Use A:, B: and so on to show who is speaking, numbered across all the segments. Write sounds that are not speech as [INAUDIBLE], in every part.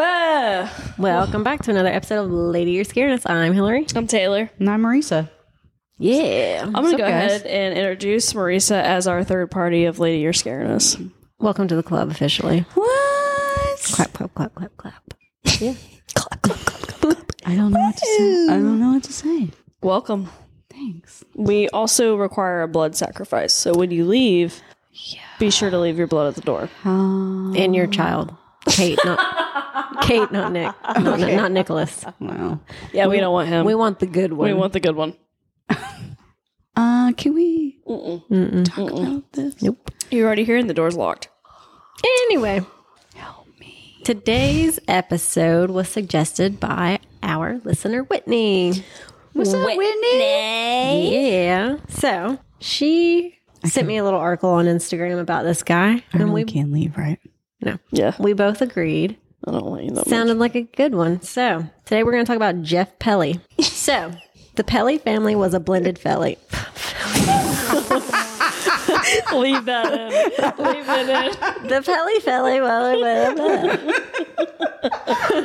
A: Whoa.
B: Welcome back to another episode of Lady You're Scaring Us. I'm Hillary.
A: I'm Taylor.
C: And I'm Marisa.
B: Yeah.
A: I'm going to
C: What's
A: go
C: up, guys?
A: ahead and introduce Marisa as our third party of Lady You're Scaring Us.
B: Welcome to the club officially.
A: What?
B: Clap, clap, clap, clap, clap.
C: I don't know what to say. I don't know what to say.
A: Welcome.
C: Thanks.
A: We also require a blood sacrifice. So when you leave, be sure to leave your blood at the door.
C: Oh,
B: And your child, Kate, not [LAUGHS] Kate, not Nick, not, not Nicholas.
C: wow.
A: Yeah, we, don't want him.
B: We
A: Um, We,
B: want the good one.
A: want the good one.
C: Uh, can we
A: Mm-mm.
C: talk about this?
B: Nope.
A: You're already hearing the door's locked.
B: Anyway, today's episode was suggested by our listener Whitney.
C: What's up, Whitney?
B: Yeah. So she sent me a little article on Instagram about this guy,
C: I
B: and
C: really
B: we
C: can't leave, right?
A: Yeah,
B: we both agreed.
A: I don't want you that much.
B: Sounded like a good one. So today we're going to talk about Jeff Pelly. So the Pelly family was a blended family.
A: [LAUGHS] Leave that in. Leave it in.
B: [LAUGHS] The Pelly family. Blah, blah, blah, blah.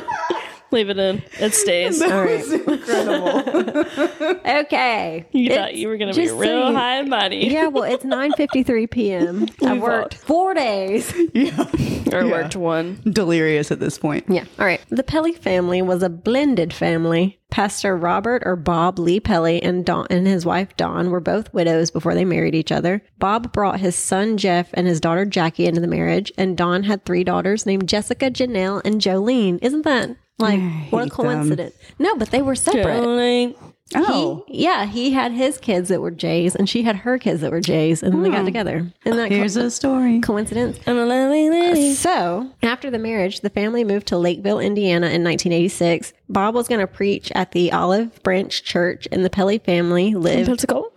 A: Leave it in. It stays.
B: All right.
C: Incredible.
B: Okay.
A: You
B: It's-
A: thought you were going to be
B: just so
A: real
B: you-
A: high and mighty.
B: Yeah. Well, it's nine fifty three p.m. I
A: We've
B: worked four days.
C: [LAUGHS] yeah.
A: Or
C: Yeah.
A: worked one.
C: [LAUGHS] Delirious at this point.
B: Yeah. All right. The Pelly family was a blended family. Pastor Robert or Bob Lee Pelly and Don and his wife Dawn were both widows before they married each other. Bob brought his son Jeff and his daughter Jackie into the marriage, and Dawn had three daughters named Jessica, Janelle, and Jolene. Isn't that like what a
C: hate them.
B: coincidence? No, but they were separate.
A: Darling.
C: Oh,
B: He, yeah, he had his kids that were Jays, and she had her kids that were Jays, and then they got together. Isn't that
C: here's a story.
B: co- coincidence?
A: I'm a lovely lady.
B: So, after the marriage, the family moved to Lakeville, Indiana in 1986. Bob was going to preach at the Olive Branch Church, and the Pelly family lived
A: Pensacola.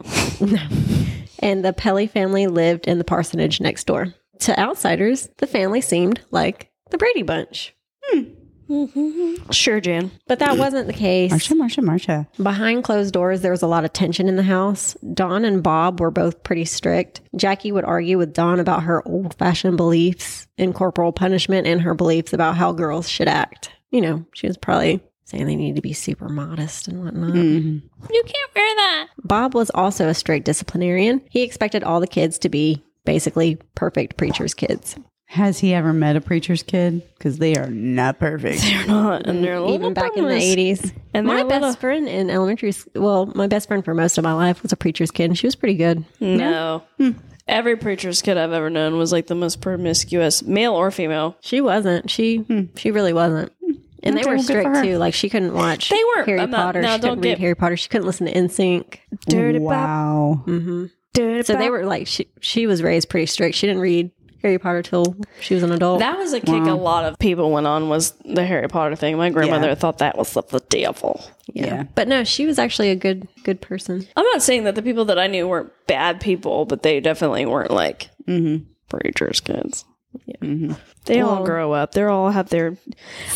B: and the Pelly family lived in the parsonage next door. To outsiders, the family seemed like the Brady Bunch,
A: Sure, Jan.
B: but that wasn't the case.
C: Marsha, Marsha, Marsha.
B: Behind closed doors, there was a lot of tension in the house. Don and Bob were both pretty strict. Jackie would argue with Don about her old fashioned beliefs in corporal punishment and her beliefs about how girls should act. You know, she was probably saying they need to be super modest and whatnot.
A: You can't wear that.
B: Bob was also a strict disciplinarian. He expected all the kids to be basically perfect preacher's kids.
C: Has he ever met a preacher's kid? Because they are not perfect.
A: They're not. And they're a little
B: even back in the
A: boneless.
B: 80s.
A: And
B: my
A: they're
B: best
A: little-
B: friend in elementary school, well, my best friend for most of my life was a preacher's kid, and she was pretty good.
A: No.
B: Hmm.
A: Every preacher's kid I've ever known was like the most promiscuous, male or female.
B: She wasn't. She
A: Hmm.
B: she really wasn't. And they
C: Okay,
B: were
C: well, good for
B: strict
C: her.
B: too. Like she couldn't watch.
A: They weren't-
B: Harry
A: I'm not-
B: Potter.
A: no,
B: she couldn't
A: don't
B: read
A: get-
B: Harry Potter. She couldn't listen to NSYNC.
A: Dirty bop,
C: Wow.
A: dirty
B: So they
A: bop.
B: were like she she was raised pretty strict. She didn't read Harry Potter till she was an adult.
A: That was a kick a lot of people went on was the Harry Potter thing. My grandmother
C: Yeah.
A: thought that was of the devil.
C: yeah.
B: but no, she was actually a good good person.
A: I'm not saying that the people that I knew weren't bad people, but they definitely weren't like preacher's kids. They all
B: Mm-hmm. Well-
A: grow up. They all have their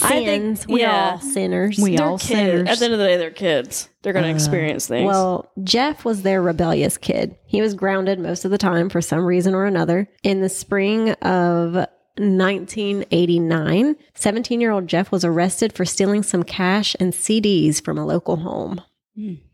A: I think-
B: Sins. we
A: yeah.
B: all sinners.
C: We
A: they're
C: all
A: kids.
C: sinners.
A: At the end of the day, they're kids. They're going to experience things.
B: Uh, Well, Jeff was their rebellious kid. He was grounded most of the time for some reason or another. In the spring of 1989, 17 year old Jeff was arrested for stealing some cash and CDs from a local home.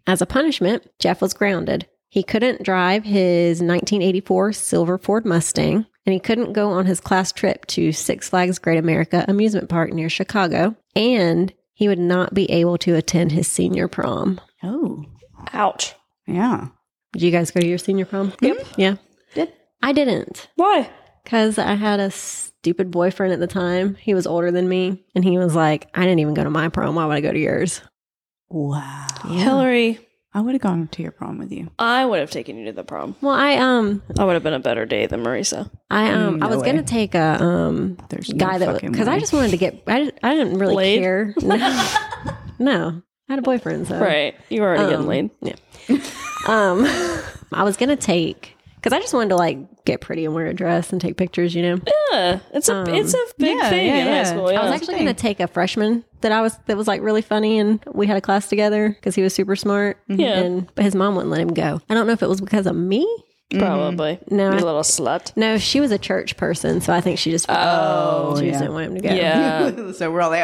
B: As a punishment, Jeff was grounded. He couldn't drive his 1984 silver Ford Mustang, and he couldn't go on his class trip to Six Flags Great America amusement park near Chicago, and he would not be able to attend his senior prom.
C: Oh.
A: ouch.
C: Yeah.
B: Did you guys go to your senior prom? Yep. Yeah. Did I didn't
A: Why?
B: because I had a stupid boyfriend at the time. He was older than me, and he was like, "I didn't even go to my prom. Why would I go to yours?"
C: Wow.
A: Hillary,
C: I would have gone to your prom with you.
A: I would have taken you to the prom.
B: Well, I um,
A: I would have been a better day than Marisa.
B: I um, I
C: no
B: was
C: way.
B: gonna take a um
C: There's no
B: guy that
C: fucking
B: because I
C: way.
B: just wanted to get I, I didn't really
A: Laid?
B: care. No. no, I had a boyfriend, so
A: Right. You were already getting
B: Um,
A: laid.
B: Yeah. um, I was gonna take because I just wanted to like get pretty and wear a dress and take pictures, you know.
A: Yeah. It's a
B: Um,
A: it's a big
C: yeah,
A: thing
C: yeah,
A: in high
C: yeah.
A: school. Yeah.
B: I was actually going to take a freshman that I was that was like really funny, and we had a class together because he was super smart.
A: Mm-hmm. Yeah.
B: and but his mom wouldn't let him go. I don't know if it was because of me
A: Probably.
B: mm-hmm. No,
A: You
B: I-
A: little slut.
B: No, she was a church person, so I think she just
A: Oh,
B: she
C: yeah.
B: just didn't want him to go. [LAUGHS]
A: Yeah.
C: [LAUGHS] so we're all like,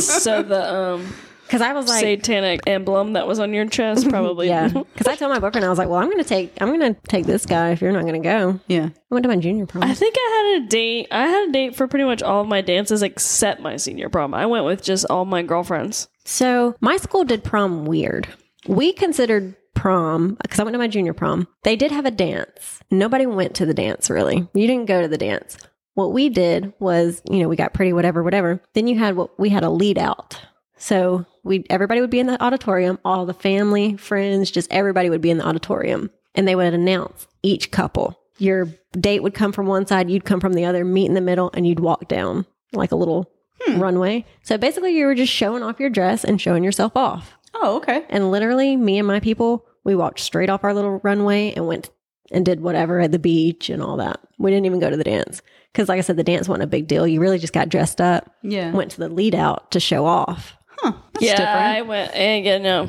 A: [LAUGHS] so the um
B: because I was like,
A: satanic emblem that was on your
B: [LAUGHS]
A: chest probably
B: yeah, because I told my boyfriend I was like, well, I'm gonna take I'm gonna take this guy if you're not gonna go.
C: Yeah.
B: I went to my junior prom.
A: I think I had a date. I had a date for pretty much all of my dances except my senior prom. I went with just all my girlfriends.
B: So my school did prom weird. We considered prom because I went to my junior prom. They did have a dance. Nobody went to the dance really. You didn't go to the dance. What we did was, you know, we got pretty, whatever, whatever. Then you had what we had a lead out. So we everybody would be in the auditorium, all the family, friends, just everybody would be in the auditorium. And they would announce each couple. Your date would come from one side, you'd come from the other, meet in the middle, and you'd walk down like a little runway. So basically, you were just showing off your dress and showing yourself off.
C: Oh, okay.
B: And literally, me and my people, we walked straight off our little runway and went and did whatever at the beach and all that. We didn't even go to the dance because, like I said, the dance wasn't a big deal. You really just got dressed up,
C: Yeah.
B: went to the lead out to show off.
C: Huh. That's
A: yeah,
C: different.
A: I went. And, yeah, no,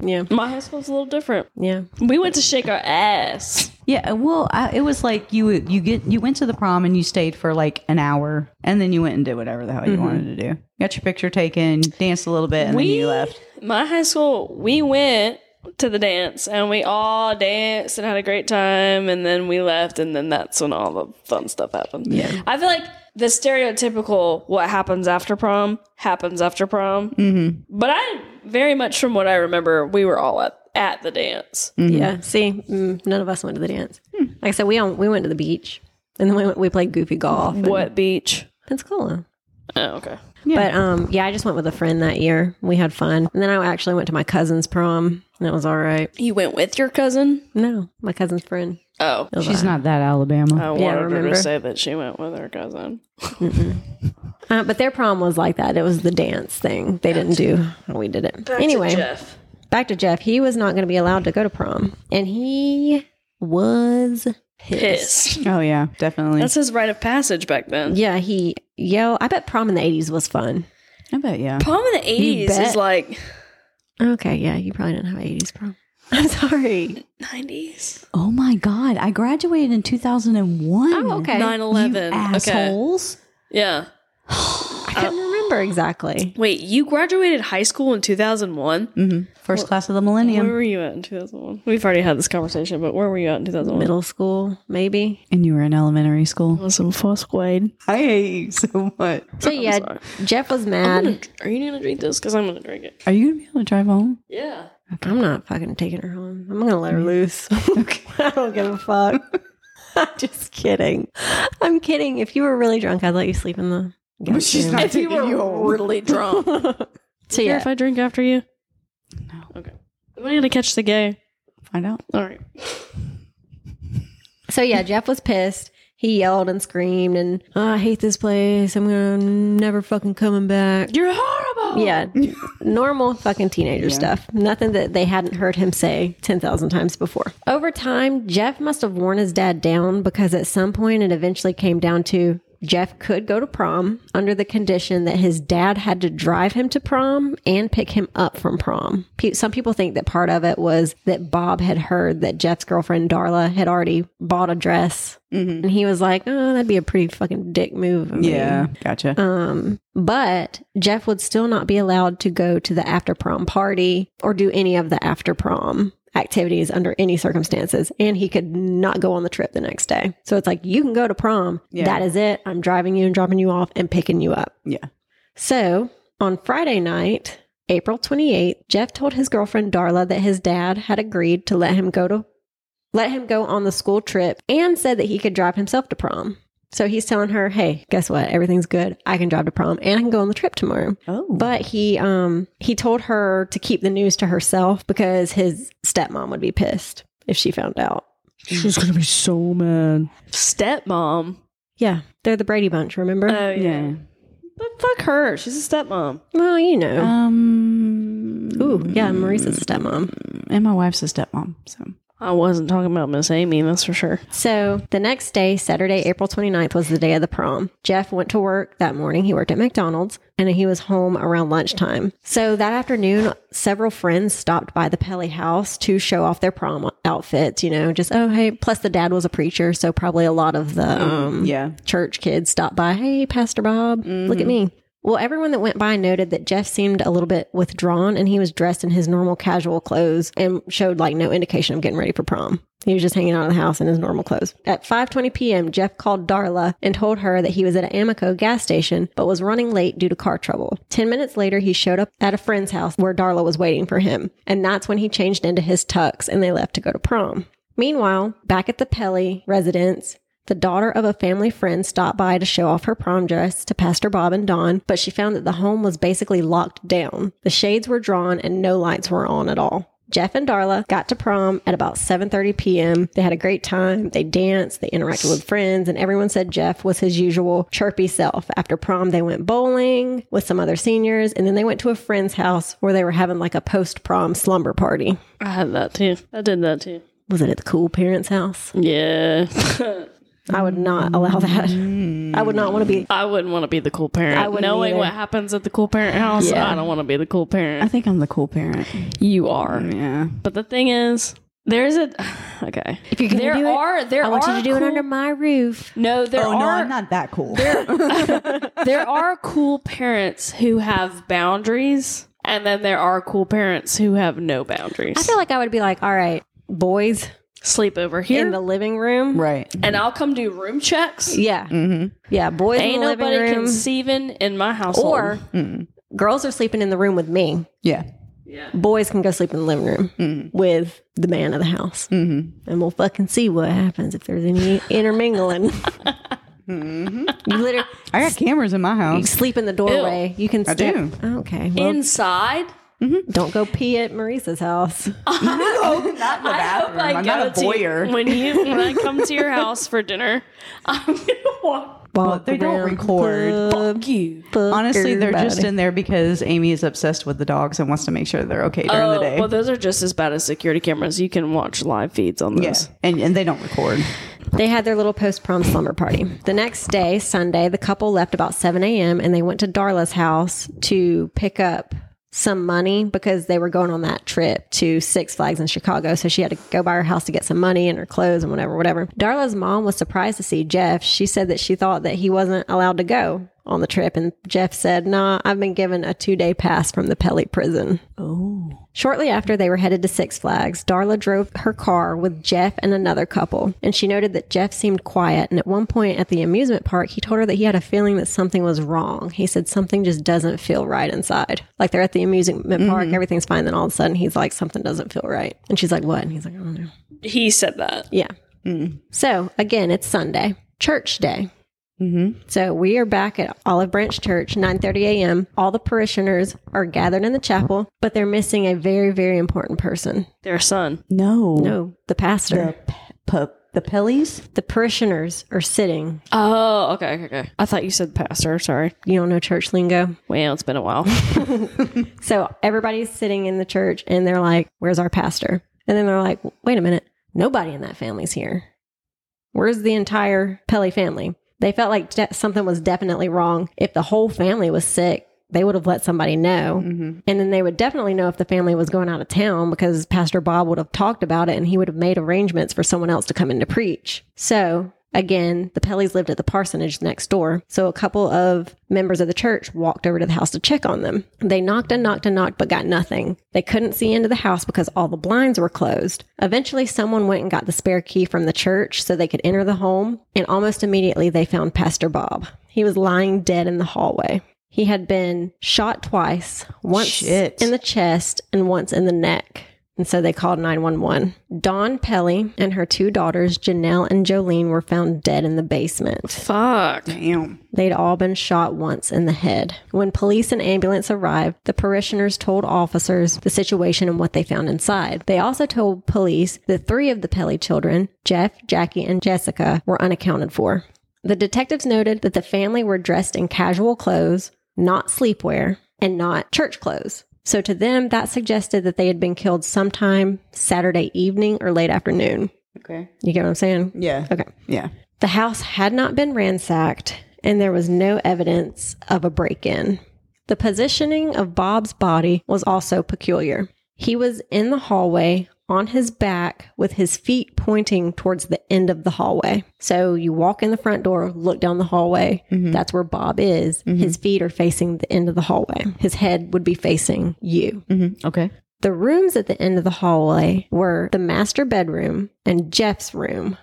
B: Yeah,
A: my high school's a little different.
B: yeah.
A: We went to shake our ass.
C: Yeah. Well, I, it was like you you get you went to the prom and you stayed for like an hour and then you went and did whatever the hell you wanted to do. Got your picture taken, danced a little bit, and then you left.
A: My high school, we went to the dance and we all danced and had a great time and then we left and then that's when all the fun stuff happened. Yeah. I feel like the stereotypical what happens after prom happens after prom. Mm-hmm. But I very much from what I remember, we were all at, at the dance.
B: Yeah. See, mm, none of us went to the dance. Like I said, we all, we went to the beach and then we went, we played goofy golf. in
A: What beach?
B: Pensacola.
A: Oh, okay.
B: But um, yeah, I just went with a friend that year. We had fun, and then I actually went to my cousin's prom, and it was all right.
A: You went with your cousin?
B: No, my cousin's friend.
A: Oh.
C: She's not that Alabama.
A: I wanted
B: Yeah, I
A: her
B: remember.
A: to say that she went with her cousin.
B: Uh, but their prom was like that. It was the dance thing. They didn't do how we did it. anyway,
A: Jeff.
B: back to Jeff. He was not going to be allowed to go to prom, and he was pissed.
A: Pissed.
C: Oh yeah, definitely.
A: That's his rite of passage back then.
B: Yeah, he yo. I bet prom in the eighties was fun.
C: I bet yeah.
A: Prom in the eighties is
B: bet.
A: like
B: Okay, yeah, you probably didn't have eighties prom. I'm sorry.
A: nineties.
C: Oh my god, I graduated in 2001.
B: Oh, okay.
A: Nine eleven. Okay.
C: Assholes.
A: Yeah.
B: I couldn't
A: Oh.
B: remember exactly.
A: Wait, you graduated high school in two thousand one?
C: First class of the
A: Where
C: millennium.
A: were you at in two thousand one? We've already had this conversation, but where were you at in two thousand one?
B: Middle school, maybe.
C: And you were in elementary school.
A: Was in first grade.
C: I hate you so much.
B: So yeah,
A: sorry.
B: Jeff was
A: I'm
B: mad.
A: gonna, are you gonna drink this? Because I'm gonna drink it.
C: Are you gonna be able to drive home?
A: Yeah.
B: I'm not fucking taking her home. I'm gonna let her loose. [LAUGHS] I don't give a fuck. [LAUGHS] I'm just kidding. I'm kidding. If you were really drunk, I'd let you sleep in the guest room.
A: If you were
C: [LAUGHS]
A: really
B: [LAUGHS]
A: drunk. Do
B: So
A: you care
B: yeah,
A: if I drink after you?
C: No.
A: Okay. Am I gonna catch the gay?
C: Find out.
A: All right.
B: so yeah, Jeff was pissed. He yelled and screamed and "Oh, I hate this place. I'm gonna I'm never fucking coming back.
A: You're horrible.
B: Yeah, [LAUGHS] normal fucking teenager stuff. Nothing that they hadn't heard him say 10,000 times before. Over time, Jeff must have worn his dad down because at some point it eventually came down to Jeff could go to prom under the condition that his dad had to drive him to prom and pick him up from prom. Pe- Some people think that part of it was that Bob had heard that Jeff's girlfriend Darla had already bought a dress.
C: Mm-hmm.
B: And he was like, oh, that'd be a pretty fucking dick move. of me."
C: Gotcha.
B: Um, But Jeff would still not be allowed to go to the after prom party or do any of the after prom activities under any circumstances. And he could not go on the trip the next day. So it's like, you can go to prom.
C: Yeah.
B: That is it. I'm driving you and dropping you off and picking you up.
C: yeah.
B: So on Friday night, April 28th, Jeff told his girlfriend Darla that his dad had agreed to let him go to let him go on the school trip and said that he could drive himself to prom. So he's telling her, "Hey, guess what? Everything's good. I can drive to prom and I can go on the trip tomorrow."
C: Oh.
B: But he um he told her to keep the news to herself because his stepmom would be pissed if she found out.
C: she's gonna be so mad.
A: Stepmom.
B: Yeah, they're the Brady Bunch, remember?
A: Oh
C: Yeah.
A: But fuck her. She's a stepmom.
B: well, you know.
C: Um.
B: Ooh, yeah, Maurice's stepmom.
C: And my wife's a stepmom, so
A: I wasn't talking about Miss Amy, that's for sure.
B: So the next day, Saturday, April 29th, was the day of the prom. Jeff went to work that morning. He worked at McDonald's and he was home around lunchtime. So that afternoon, several friends stopped by the Pelly house to show off their prom outfits, you know, just, oh, hey. Plus, the dad was a preacher. So probably a lot of the um,
C: Yeah.
B: church kids stopped by. Hey, Pastor Bob, look at me. Well, everyone that went by noted that Jeff seemed a little bit withdrawn and he was dressed in his normal casual clothes and showed like no indication of getting ready for prom. He was just hanging out in the house in his normal clothes. At 5:20 p.m., Jeff called Darla and told her that he was at an Amoco gas station but was running late due to car trouble. 10 minutes later, he showed up at a friend's house where Darla was waiting for him, and that's when he changed into his tux and they left to go to prom. Meanwhile, back at the Pelly residence, the daughter of a family friend stopped by to show off her prom dress to Pastor Bob and Don, but she found that the home was basically locked down. The shades were drawn and no lights were on at all. Jeff and Darla got to prom at about 7:30 p.m. They had a great time. They danced, they interacted with friends, and everyone said Jeff was his usual chirpy self. After prom, they went bowling with some other seniors, and then they went to a friend's house where they were having like a post-prom slumber party.
A: I had that too. I did that too.
B: Was it at the cool parents' house?
A: Yeah. [LAUGHS]
B: I would not allow that. I would not want to be
A: I wouldn't want to be the cool parent.
B: I wouldn't
A: Knowing
B: either.
A: what happens at the cool parent house,
B: Yeah.
A: I don't want to be the cool
C: I
A: parent.
C: think I'm the cool parent.
A: You are.
C: Yeah.
A: But the thing is, there's a [SIGHS] okay. If
B: you're gonna
A: there
B: do it,
A: are there
B: I want you
A: are
B: to do it
A: cool-
B: under my roof.
A: No, there
C: Oh
A: are
C: no, I'm not that cool.
A: there
B: [LAUGHS]
A: are cool parents who have boundaries, and then there are cool parents who have no boundaries.
B: I feel like I would be like, all right, boys
A: Sleep over here,
B: in the living room.
C: right.
A: and I'll come do room checks.
B: Yeah.
C: Mm-hmm.
B: Yeah. Boys
A: Ain't
B: in the living
A: nobody
B: room.
A: conceiving in my household.
B: or girls are sleeping in the room with me.
C: Yeah.
B: Boys can go sleep in the living room
C: Mm-hmm.
B: with the man of the house. Mm-hmm. And we'll fucking see what happens if there's
C: [LAUGHS]
B: any intermingling.
C: Mm-hmm.
B: You literally
C: I got cameras in my house.
B: sleep in the doorway. You can step.
C: do.
B: Okay. Well,
A: inside.
B: don't go pee at Marisa's house.
C: No, [LAUGHS] not in the
A: I hope
C: bathroom.
A: I
C: I'm
A: go
C: not a
A: to
C: voyeur.
A: when you when I come to your house for dinner. [LAUGHS] I'm gonna walk.
B: Walk
C: they don't
B: around
C: record.
B: the
A: Fuck you.
B: fuck
C: Honestly, they're just
B: everybody.
C: in there because Amy is obsessed with the dogs and wants to make sure they're okay during the
A: Oh,
C: day.
A: well, those are just as bad as security cameras. You can watch live feeds on
C: yeah.
A: those.
C: And and they don't record.
B: They had their little post prom slumber party. The next day, Sunday, the couple left about 7 a.m. and they went to Darla's house to pick up some money because they were going on that trip to Six Flags in Chicago. So she had to go by her house to get some money and her clothes and whatever, whatever. Darla's mom was surprised to see Jeff. She said that she thought that he wasn't allowed to go on the trip. And Jeff said, Nah, I've been given a two day pass from the Pelly prison. Shortly after they were headed to Six Flags, Darla drove her car with Jeff and another couple, and she noted that Jeff seemed quiet. And at one point at the amusement park, he told her that he had a feeling that something was wrong. He said something just doesn't feel right inside. Like they're at the amusement park, everything's fine. Then all of a sudden, he's like, something doesn't feel right. And she's like, what? And he's like, I don't know.
A: He said that.
B: Yeah. So again, it's Sunday, church day. Mm-hmm. So we are back at Olive Branch Church, 9:30 a.m. All the parishioners are gathered in the chapel, but they're missing a very, very important person.
A: Their son.
C: No.
B: No, the pastor.
C: the Pellies?
B: The parishioners are sitting.
A: Oh, okay, okay, okay. I thought you said pastor. Sorry.
B: You don't know church lingo.
A: Well, it's been a while. [LAUGHS]
B: So everybody's sitting in the church and they're like, Where's our pastor? And then they're like, Wait a minute. Nobody in that family's here. Where's the entire Pelly family? They felt like de- something was definitely wrong. If the whole family was sick, they would have let somebody know. And then they would definitely know if the family was going out of town because Pastor Bob would have talked about it and he would have made arrangements for someone else to come in to preach. So again, the Pelleys lived at the parsonage next door. So a couple of members of the church walked over to the house to check on them. They knocked and knocked and knocked, but got nothing. They couldn't see into the house because all the blinds were closed. Eventually, someone went and got the spare key from the church so they could enter the home. And almost immediately, they found Pastor Bob. He was lying dead in the hallway. He had been shot twice, once
C: Shit.
B: in the chest and once in the neck. And so they called 911. Dawn Pelly and her two daughters, Janelle and Jolene, were found dead in the basement.
A: Fuck.
C: Damn.
B: They'd all been shot once in the head. When police and ambulance arrived, the parishioners told officers the situation and what they found inside. They also told police that three of the Pelly children, Jeff, Jackie, and Jessica, were unaccounted for. The detectives noted that the family were dressed in casual clothes, not sleepwear, and not church clothes. So to them, that suggested that they had been killed sometime Saturday evening or late afternoon.
C: Okay.
B: You get what I'm saying?
C: Yeah.
B: Okay.
C: Yeah.
B: The house had not been ransacked and there was no evidence of a break in. The positioning of Bob's body was also peculiar. He was in the hallway on his back with his feet pointing towards the end of the hallway. So you walk in the front door, look down the hallway. That's where Bob is. His feet are facing the end of the hallway. His head would be facing you.
C: Mm-hmm. Okay.
B: The rooms at the end of the hallway were the master bedroom and Jeff's room.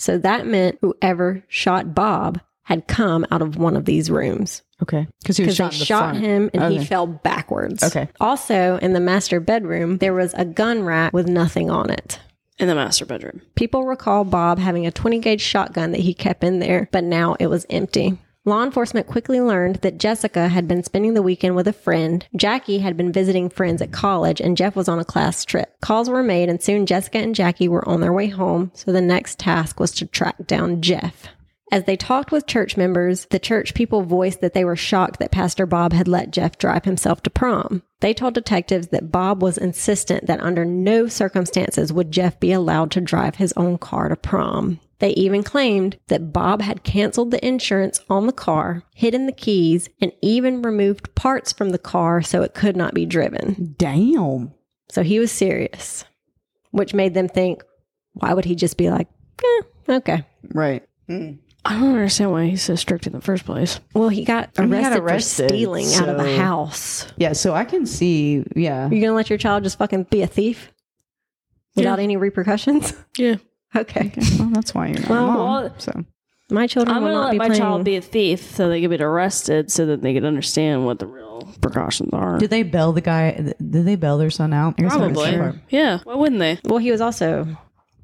B: So that meant whoever shot Bob had come out of one of these rooms
C: Okay. Because he was
B: because they
C: shot in the
B: shot
C: front.
B: him and he
C: Okay.
B: fell backwards.
C: Okay.
B: Also, in the master bedroom, there was a gun rack with nothing on it.
A: in the master bedroom.
B: People recall Bob having a 20 gauge shotgun that he kept in there, but now it was empty. Law enforcement quickly learned that Jessica had been spending the weekend with a friend. Jackie had been visiting friends at college, and Jeff was on a class trip. Calls were made, and soon Jessica and Jackie were on their way home, so the next task was to track down Jeff. As they talked with church members, the church people voiced that they were shocked that Pastor Bob had let Jeff drive himself to prom. They told detectives that Bob was insistent that under no circumstances would Jeff be allowed to drive his own car to prom. They even claimed that Bob had canceled the insurance on the car, hidden the keys, and even removed parts from the car so it could not be driven.
C: Damn.
B: So he was serious, which made them think, why would he just be like, eh, okay.
C: Right.
A: I don't understand why he's so strict in the first place.
B: Well, he got
C: mean,
B: arrested,
C: he got arrested,
B: for stealing out of a
C: so-
B: house.
C: Yeah. So I can see. Yeah.
B: You're gonna let your child just fucking be a thief without any repercussions? [LAUGHS]
A: Yeah.
B: Okay,
C: Well, that's why you're not
B: Well,
C: a mom.
A: well,
C: so
B: my children
A: I'm
B: will
A: going to
B: not
A: let
B: be
A: my
B: playing.
A: child be a thief so they can be arrested so that they can understand what the real precautions are.
C: did they bail the guy? Did they bail their son out? I guess I haven't seen her.
A: Yeah. Why wouldn't they?
B: well, he was also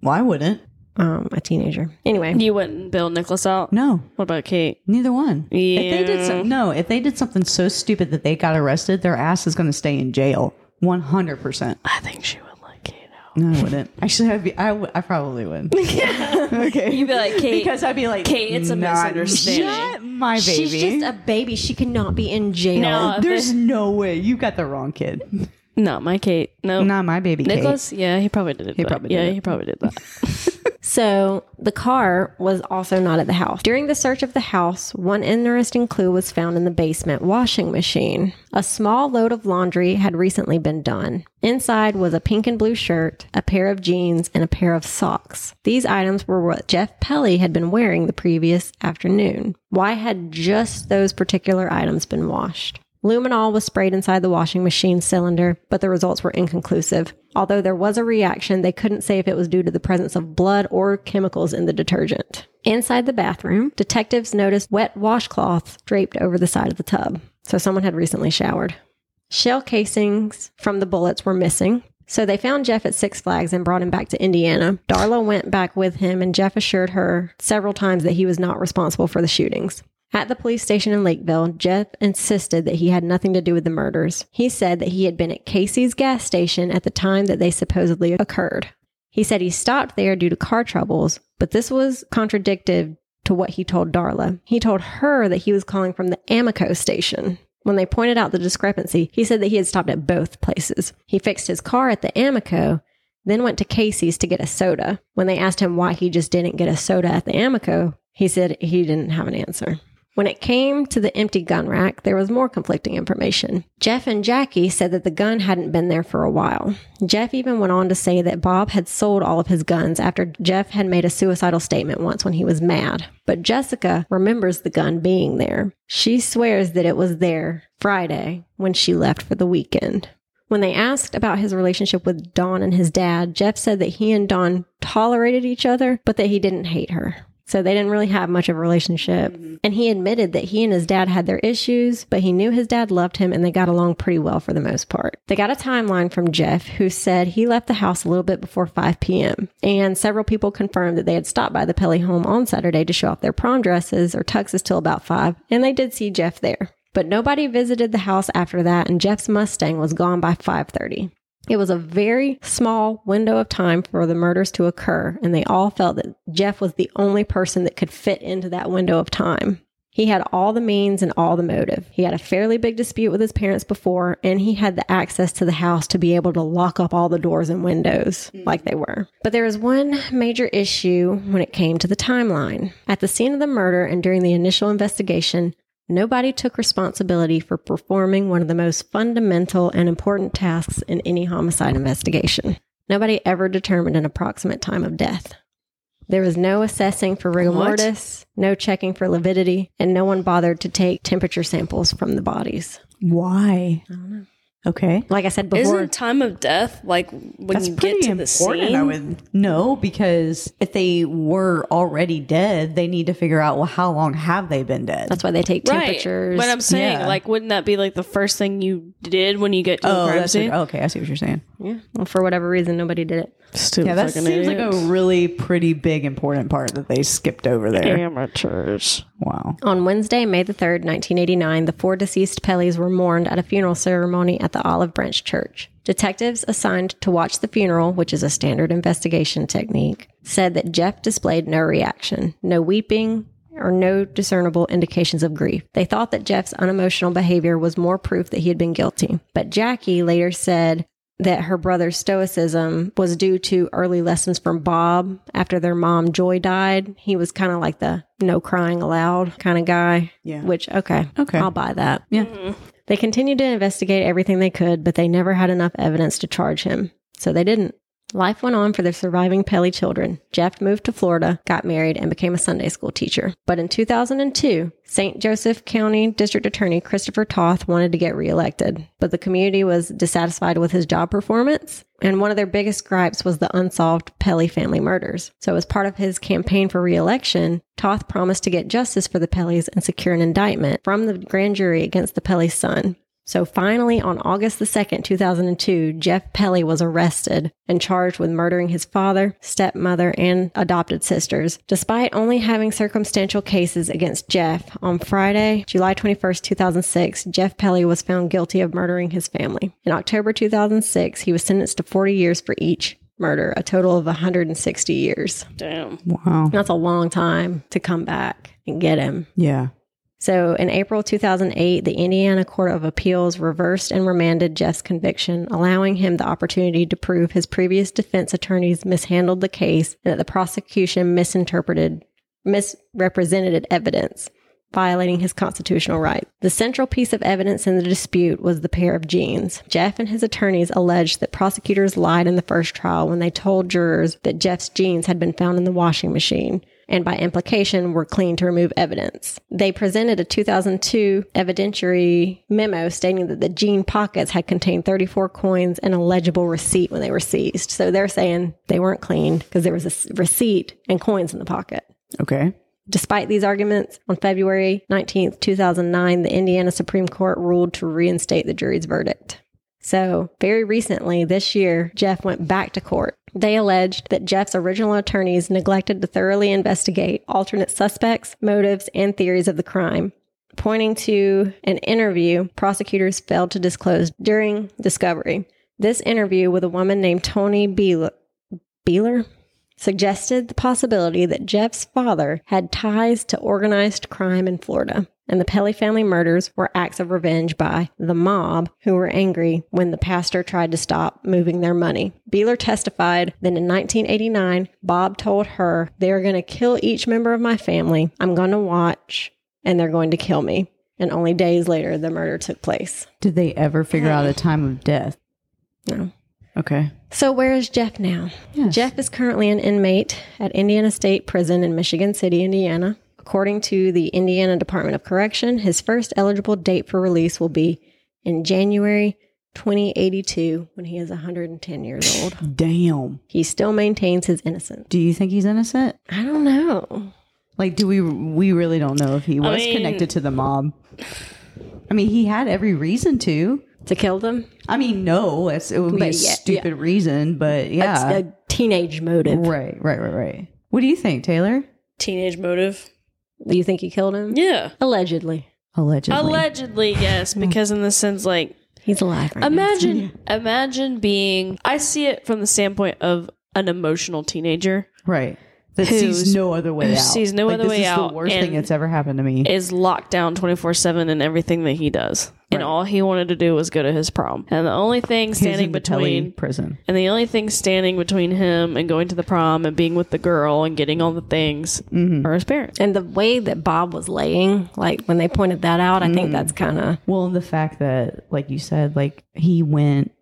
C: Well, I wouldn't.
B: um, a teenager. Anyway,
A: You wouldn't bail Nicholas out?
C: No,
A: What about Kate?
C: neither one. If they did
A: Yeah.
C: some, no, if they did something so stupid that they got arrested, their ass is going to stay in jail. One hundred percent.
A: I think she would like Kate out.
C: No, I wouldn't. [LAUGHS] Actually, I'd be. I, w- I probably
A: [LAUGHS]
C: would. okay.
A: You'd be
C: [LAUGHS]
A: like, Kate.
C: because I'd be like,
A: Kate, it's a
C: "Not
A: misunderstanding."
C: yet, my baby.
B: she's just a baby. She cannot be in jail.
A: No.
C: There's no way you got the wrong kid.
A: not my Kate. No.
C: Not my baby. Kate.
A: Nicholas? Yeah, he probably did it. He
C: probably did
A: yeah,
C: it.
A: he probably did
C: [LAUGHS]
A: that.
B: So the car was also not at the house. During the search of the house, one interesting clue was found in the basement washing machine. A small load of laundry had recently been done. Inside was a pink and blue shirt, a pair of jeans, and a pair of socks. These items were what Jeff Pelly had been wearing the previous afternoon. Why had just those particular items been washed? Luminol was sprayed inside the washing machine cylinder, but the results were inconclusive. Although there was a reaction, they couldn't say if it was due to the presence of blood or chemicals in the detergent. Inside the bathroom, detectives noticed wet washcloths draped over the side of the tub. So someone had recently showered. Shell casings from the bullets were missing. So they found Jeff at Six Flags and brought him back to Indiana. Darla went back with him, and Jeff assured her several times that he was not responsible for the shootings. At the police station in Lakeville, Jeff insisted that he had nothing to do with the murders. He said that he had been at Casey's gas station at the time that they supposedly occurred. He said he stopped there due to car troubles, but this was contradictive to what he told Darla. He told her that he was calling from the Amico station. When they pointed out the discrepancy, he said that he had stopped at both places. He fixed his car at the Amico, then went to Casey's to get a soda. When they asked him why he just didn't get a soda at the Amico, he said he didn't have an answer. When it came to the empty gun rack, there was more conflicting information. Jeff and Jackie said that the gun hadn't been there for a while. Jeff even went on to say that Bob had sold all of his guns after Jeff had made a suicidal statement once when he was mad. But Jessica remembers the gun being there. She swears that it was there Friday when she left for the weekend. When they asked about his relationship with Dawn and his dad, Jeff said that he and Dawn tolerated each other, but that he didn't hate her. So they didn't really have much of a relationship. And he admitted that he and his dad had their issues, but he knew his dad loved him and they got along pretty well for the most part. They got a timeline from Jeff, who said he left the house a little bit before 5 p.m. And several people confirmed that they had stopped by the Pelly home on Saturday to show off their prom dresses or tuxes till about 5, and they did see Jeff there but nobody visited the house after that and Jeff's Mustang was gone by 5:30. It was a very small window of time for the murders to occur and they all felt that Jeff was the only person that could fit into that window of time. He had all the means and all the motive. He had a fairly big dispute with his parents before, and he had the access to the house to be able to lock up all the doors and windows like they were. But there was one major issue when it came to the timeline. At the scene of the murder and during the initial investigation, Nobody took responsibility for performing one of the most fundamental and important tasks in any homicide investigation. Nobody ever determined an approximate time of death. There was no assessing for rigor
A: What?
B: mortis, no checking for lividity, and no one bothered to take temperature samples from the bodies.
C: Why? Okay.
B: Like I said before,
A: Isn't time of death like when
C: That's
A: you
C: pretty
A: get to the
C: important,
A: scene?
C: I would no, because if they were already dead, they need to figure out well how long have they been dead?
B: that's why they take
A: right.
B: temperatures.
A: But I'm saying,
C: yeah.
A: like, wouldn't that be like the first thing you did when you get to the
C: oh,
A: crime
C: that's
A: scene?
C: what- okay. I see what you're saying.
B: yeah. Well, for whatever reason, nobody did it.
A: Stupid
C: Yeah, that seems like a really pretty big important part that they skipped over there.
A: amateurs.
C: Wow.
B: On Wednesday, May the 3rd, 1989, the four deceased Pelleys were mourned at a funeral ceremony at the Olive Branch Church. Detectives assigned to watch the funeral, which is a standard investigation technique, said that Jeff displayed no reaction, no weeping, or no discernible indications of grief. They thought that Jeff's unemotional behavior was more proof that he had been guilty. But Jackie later said, that her brother's stoicism was due to early lessons from Bob after their mom Joy died. He was kind of like the no crying aloud kind of guy.
C: Yeah.
B: Which, okay.
C: Okay.
B: I'll buy that.
C: Yeah.
B: They continued to investigate everything they could, but they never had enough evidence to charge him. So they didn't. Life went on for their surviving Pelly children. Jeff moved to Florida, got married, and became a Sunday school teacher. But in 2002, St. Joseph County District Attorney Christopher Toth wanted to get reelected, but the community was dissatisfied with his job performance. And one of their biggest gripes was the unsolved Pelly family murders. So, as part of his campaign for reelection, Toth promised to get justice for the Pelleys and secure an indictment from the grand jury against the Pelleys' son. So finally, on August the 2nd, 2002, Jeff Pelly was arrested and charged with murdering his father, stepmother, and adopted sisters. Despite only having circumstantial cases against Jeff, on Friday, July 21st, 2006, Jeff Pelly was found guilty of murdering his family. In October 2006, he was sentenced to 40 years for each murder, a total of 160 years.
A: Damn.
C: Wow.
B: That's a long time to come back and get him.
C: Yeah.
B: So in April 2008, the Indiana Court of Appeals reversed and remanded Jeff's conviction, allowing him the opportunity to prove his previous defense attorneys mishandled the case and that the prosecution misinterpreted, misrepresented evidence, violating his constitutional right. The central piece of evidence in the dispute was the pair of jeans. Jeff and his attorneys alleged that prosecutors lied in the first trial when they told jurors that Jeff's jeans had been found in the washing machine and by implication were clean to remove evidence. They presented a 2002 evidentiary memo stating that the jean pockets had contained 34 coins and a legible receipt when they were seized. So they're saying they weren't clean because there was a s- receipt and coins in the pocket.
C: Okay.
B: Despite these arguments, on February 19th, 2009, the Indiana Supreme Court ruled to reinstate the jury's verdict. So, very recently this year, Jeff went back to court. They alleged that Jeff's original attorneys neglected to thoroughly investigate alternate suspects, motives, and theories of the crime. Pointing to an interview prosecutors failed to disclose during discovery. This interview with a woman named Tony Beeler, Beeler? suggested the possibility that Jeff's father had ties to organized crime in Florida, and the Pelly family murders were acts of revenge by the mob who were angry when the pastor tried to stop moving their money. Beeler testified that in 1989, Bob told her, They're going to kill each member of my family. I'm going to watch, and they're going to kill me. And only days later, the murder took place.
C: Did they ever figure out a time of death?
B: No.
C: Okay.
B: So, where is Jeff now?
C: Yes.
B: Jeff is currently an inmate at Indiana State Prison in Michigan City, Indiana. According to the Indiana Department of Correction, his first eligible date for release will be in January 2082 when he is 110 [LAUGHS] years old.
C: Damn.
B: He still maintains his innocence.
C: Do you think he's innocent?
B: I don't know.
C: Like, do we? We really don't know if he was
A: mean-
C: connected to the mob. I mean, he had every reason to.
B: To kill them?
C: I mean, no, it's, it would be
B: But
C: a
B: yeah, yeah.
C: stupid reason, but yeah,
B: It's a teenage motive.
C: right, right, right, right. What do you think, Taylor?
A: Teenage motive.
B: Do you think he killed him?
A: Yeah.
B: Allegedly.
C: Allegedly,
A: Allegedly,
C: Mm.
A: yes, because in the sense, like,
B: He's alive right now.
A: imagine, imagine being. I see it from the standpoint of an emotional teenager
C: right? that sees
A: Who's-
C: no other way
A: who
C: out.
A: sees no
C: Like,
A: other
C: this
A: way
C: is
A: out
C: The worst thing
A: and-
C: that's ever happened to me.
A: is locked down 24 7 in everything that he does. And
C: Right.
A: all he wanted to do was go to his prom. And the only thing
C: He's
A: standing
C: in the Telly
A: between.
C: prison.
A: And the only thing standing between him and going to the prom and being with the girl and getting all the things are his parents.
B: And the way that Bob was laying, like when they pointed that out, I think that's kind of
C: Well, the fact that, like you said, like he went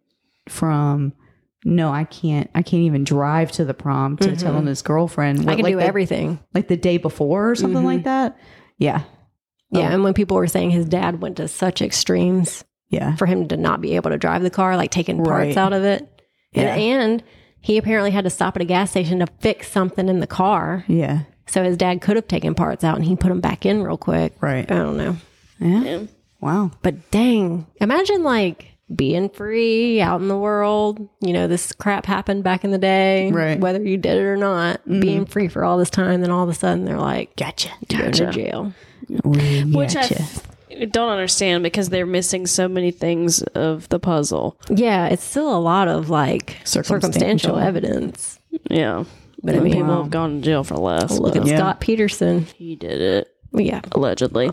C: from no, I can't, I can't even drive to the prom
A: Mm-hmm.
C: to telling his girlfriend.
B: I can
C: like
B: do
C: the,
B: everything.
C: like the day before or something like that. Yeah,
B: Yeah, and when people were saying his dad went to such extremes
C: yeah,
B: for him to not be able to drive the car, like taking parts
C: Right.
B: out of it,
C: Yeah.
B: and, and he apparently had to stop at a gas station to fix something in the car,
C: yeah,
B: so his dad could have taken parts out and he put them back in real quick.
C: right.
B: I don't know,
C: Yeah.
A: Yeah.
C: Wow.
B: but dang, imagine like being free out in the world. You know, this crap happened back in the day,
C: Right.
B: Whether you did it or not, being free for all this time, then all of a sudden they're like, "Gotcha, you're going to jail."
A: Which I f- don't understand because they're missing so many things of the puzzle.
B: Yeah, it's still a lot of like circumstantial,
C: Circumstantial.
B: evidence.
A: Yeah. But
B: mean-
A: people have gone to jail for less.
B: Look at
A: but
C: Yeah.
B: Scott Peterson.
A: he did it,
B: Yeah,
A: allegedly.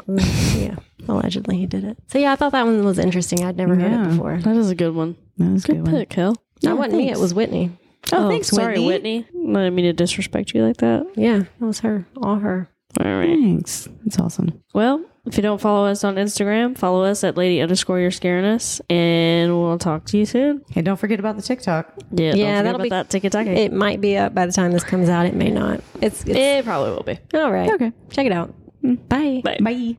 B: yeah. Allegedly, he did it. So yeah, I thought that one was interesting. I'd never heard it
C: Yeah.
B: before.
A: That is a good one.
C: that was a good.
A: Good
C: One.
A: pick, Hill.
B: that wasn't me. It was Whitney.
C: Oh,
A: sorry, Whitney. I didn't mean to disrespect you like that.
B: Yeah, that was her. All her.
A: All right.
C: Thanks. That's awesome.
A: Well, if you don't follow us on Instagram, follow us at lady underscore you're scaring us, and we'll talk to you soon.
C: Hey, don't forget about the TikTok.
A: Yeah,
B: Yeah,
A: yeah,
B: that'll
A: that'll
B: be-
A: be that ticket tacket.
B: It might be up by the time this comes out. It may not. It's, it's
A: It probably will be.
B: all right.
C: Okay.
B: Check it out. Bye.
A: Bye.
C: Hmm. Bye.